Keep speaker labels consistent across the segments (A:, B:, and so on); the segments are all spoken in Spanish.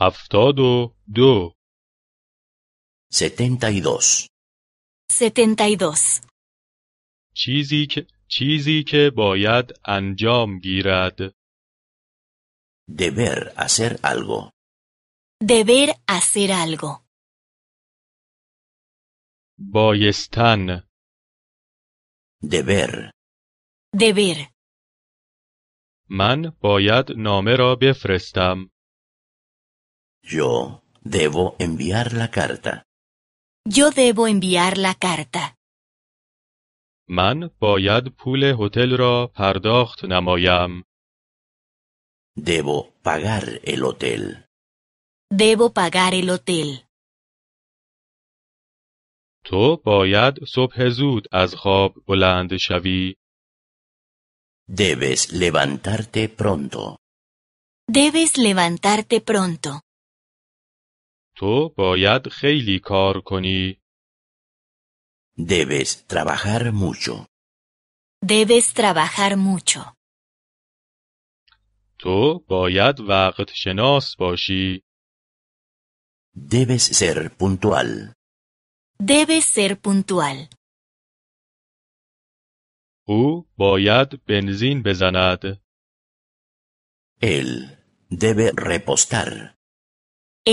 A: هفتاد و دو
B: 72.
C: 72.
A: چیزی که چیزی که باید انجام گیرد
B: Deber hacer algo.
C: Deber hacer algo.
A: بایستن
B: Deber.
C: Deber.
A: من باید نامه را بفرستم
B: Yo debo enviar la carta.
C: Yo debo enviar la carta.
A: من باید پول هتل را پرداخت نمایم
B: Debo pagar el hotel.
C: Debo pagar el hotel.
A: تو باید صبح زود از خواب بلند شوی
B: Debes levantarte pronto.
C: Debes levantarte pronto.
A: تو باید خیلی کار کنی
B: Debes trabajar mucho.
C: Debes trabajar mucho.
A: تو باید وقت شناس باشی
B: Debes ser puntual.
C: Debes ser puntual.
A: او باید بنزین بزند
B: Él debe repostar.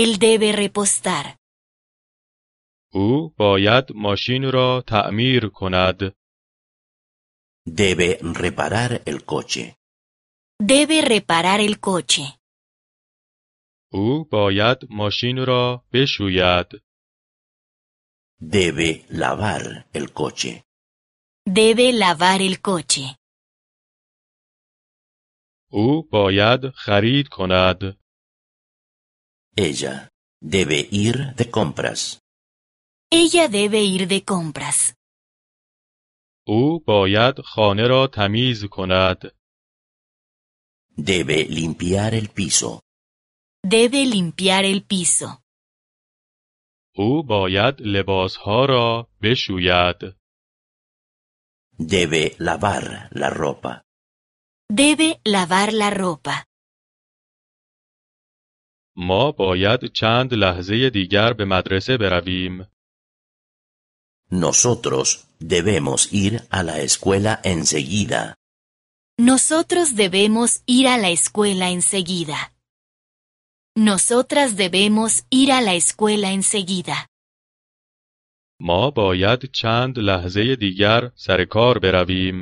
C: Él debe repostar.
A: او باید ماشین را تعمیر کند
B: Debe reparar el coche.
C: Debe reparar el coche.
A: او باید ماشین را بشوید
B: Debe lavar el coche.
C: Debe lavar el coche.
A: او باید خرید کند
B: Ella debe ir de compras.
C: Ella debe ir de compras.
A: او باید خانه را تمیز کند
B: Debe limpiar el piso.
C: Debe limpiar el piso.
A: او باید لباسها را بشوید
B: Debe lavar la ropa.
C: Debe lavar la ropa.
A: ما باید چند لحظه دیگر به مدرسه برویم
B: Nosotros debemos ir a la escuela enseguida.
C: Nosotros debemos ir a la escuela enseguida. Nosotras debemos ir a la escuela enseguida.
A: ما باید چند لحظه دیگر سر کار برویم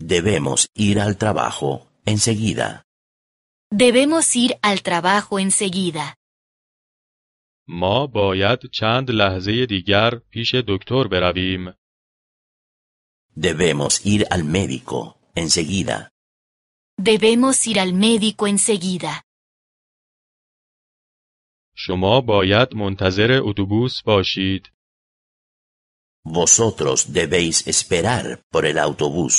B: Debemos ir al trabajo enseguida.
C: Debemos ir al trabajo enseguida.
A: ما باید چند لحظه دیگر پیش دکتر برویم
B: Debemos ir al médico enseguida.
C: Debemos ir al médico enseguida.
A: شما باید منتظر اتوبوس باشید
B: Vosotros debéis esperar por el autobús.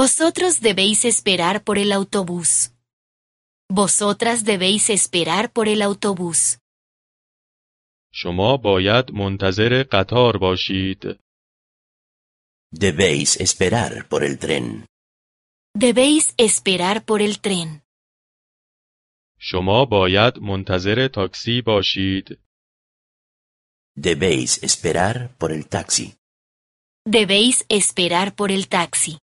C: Vosotros debéis esperar por el autobús. Vosotras debéis esperar por el autobús.
A: شما باید منتظر قطار باشید
B: Debéis esperar por el tren.
C: Debéis esperar por el tren.
A: شما باید منتظر تاکسی باشید
B: Debéis esperar por el taxi.
C: Debéis esperar por el taxi.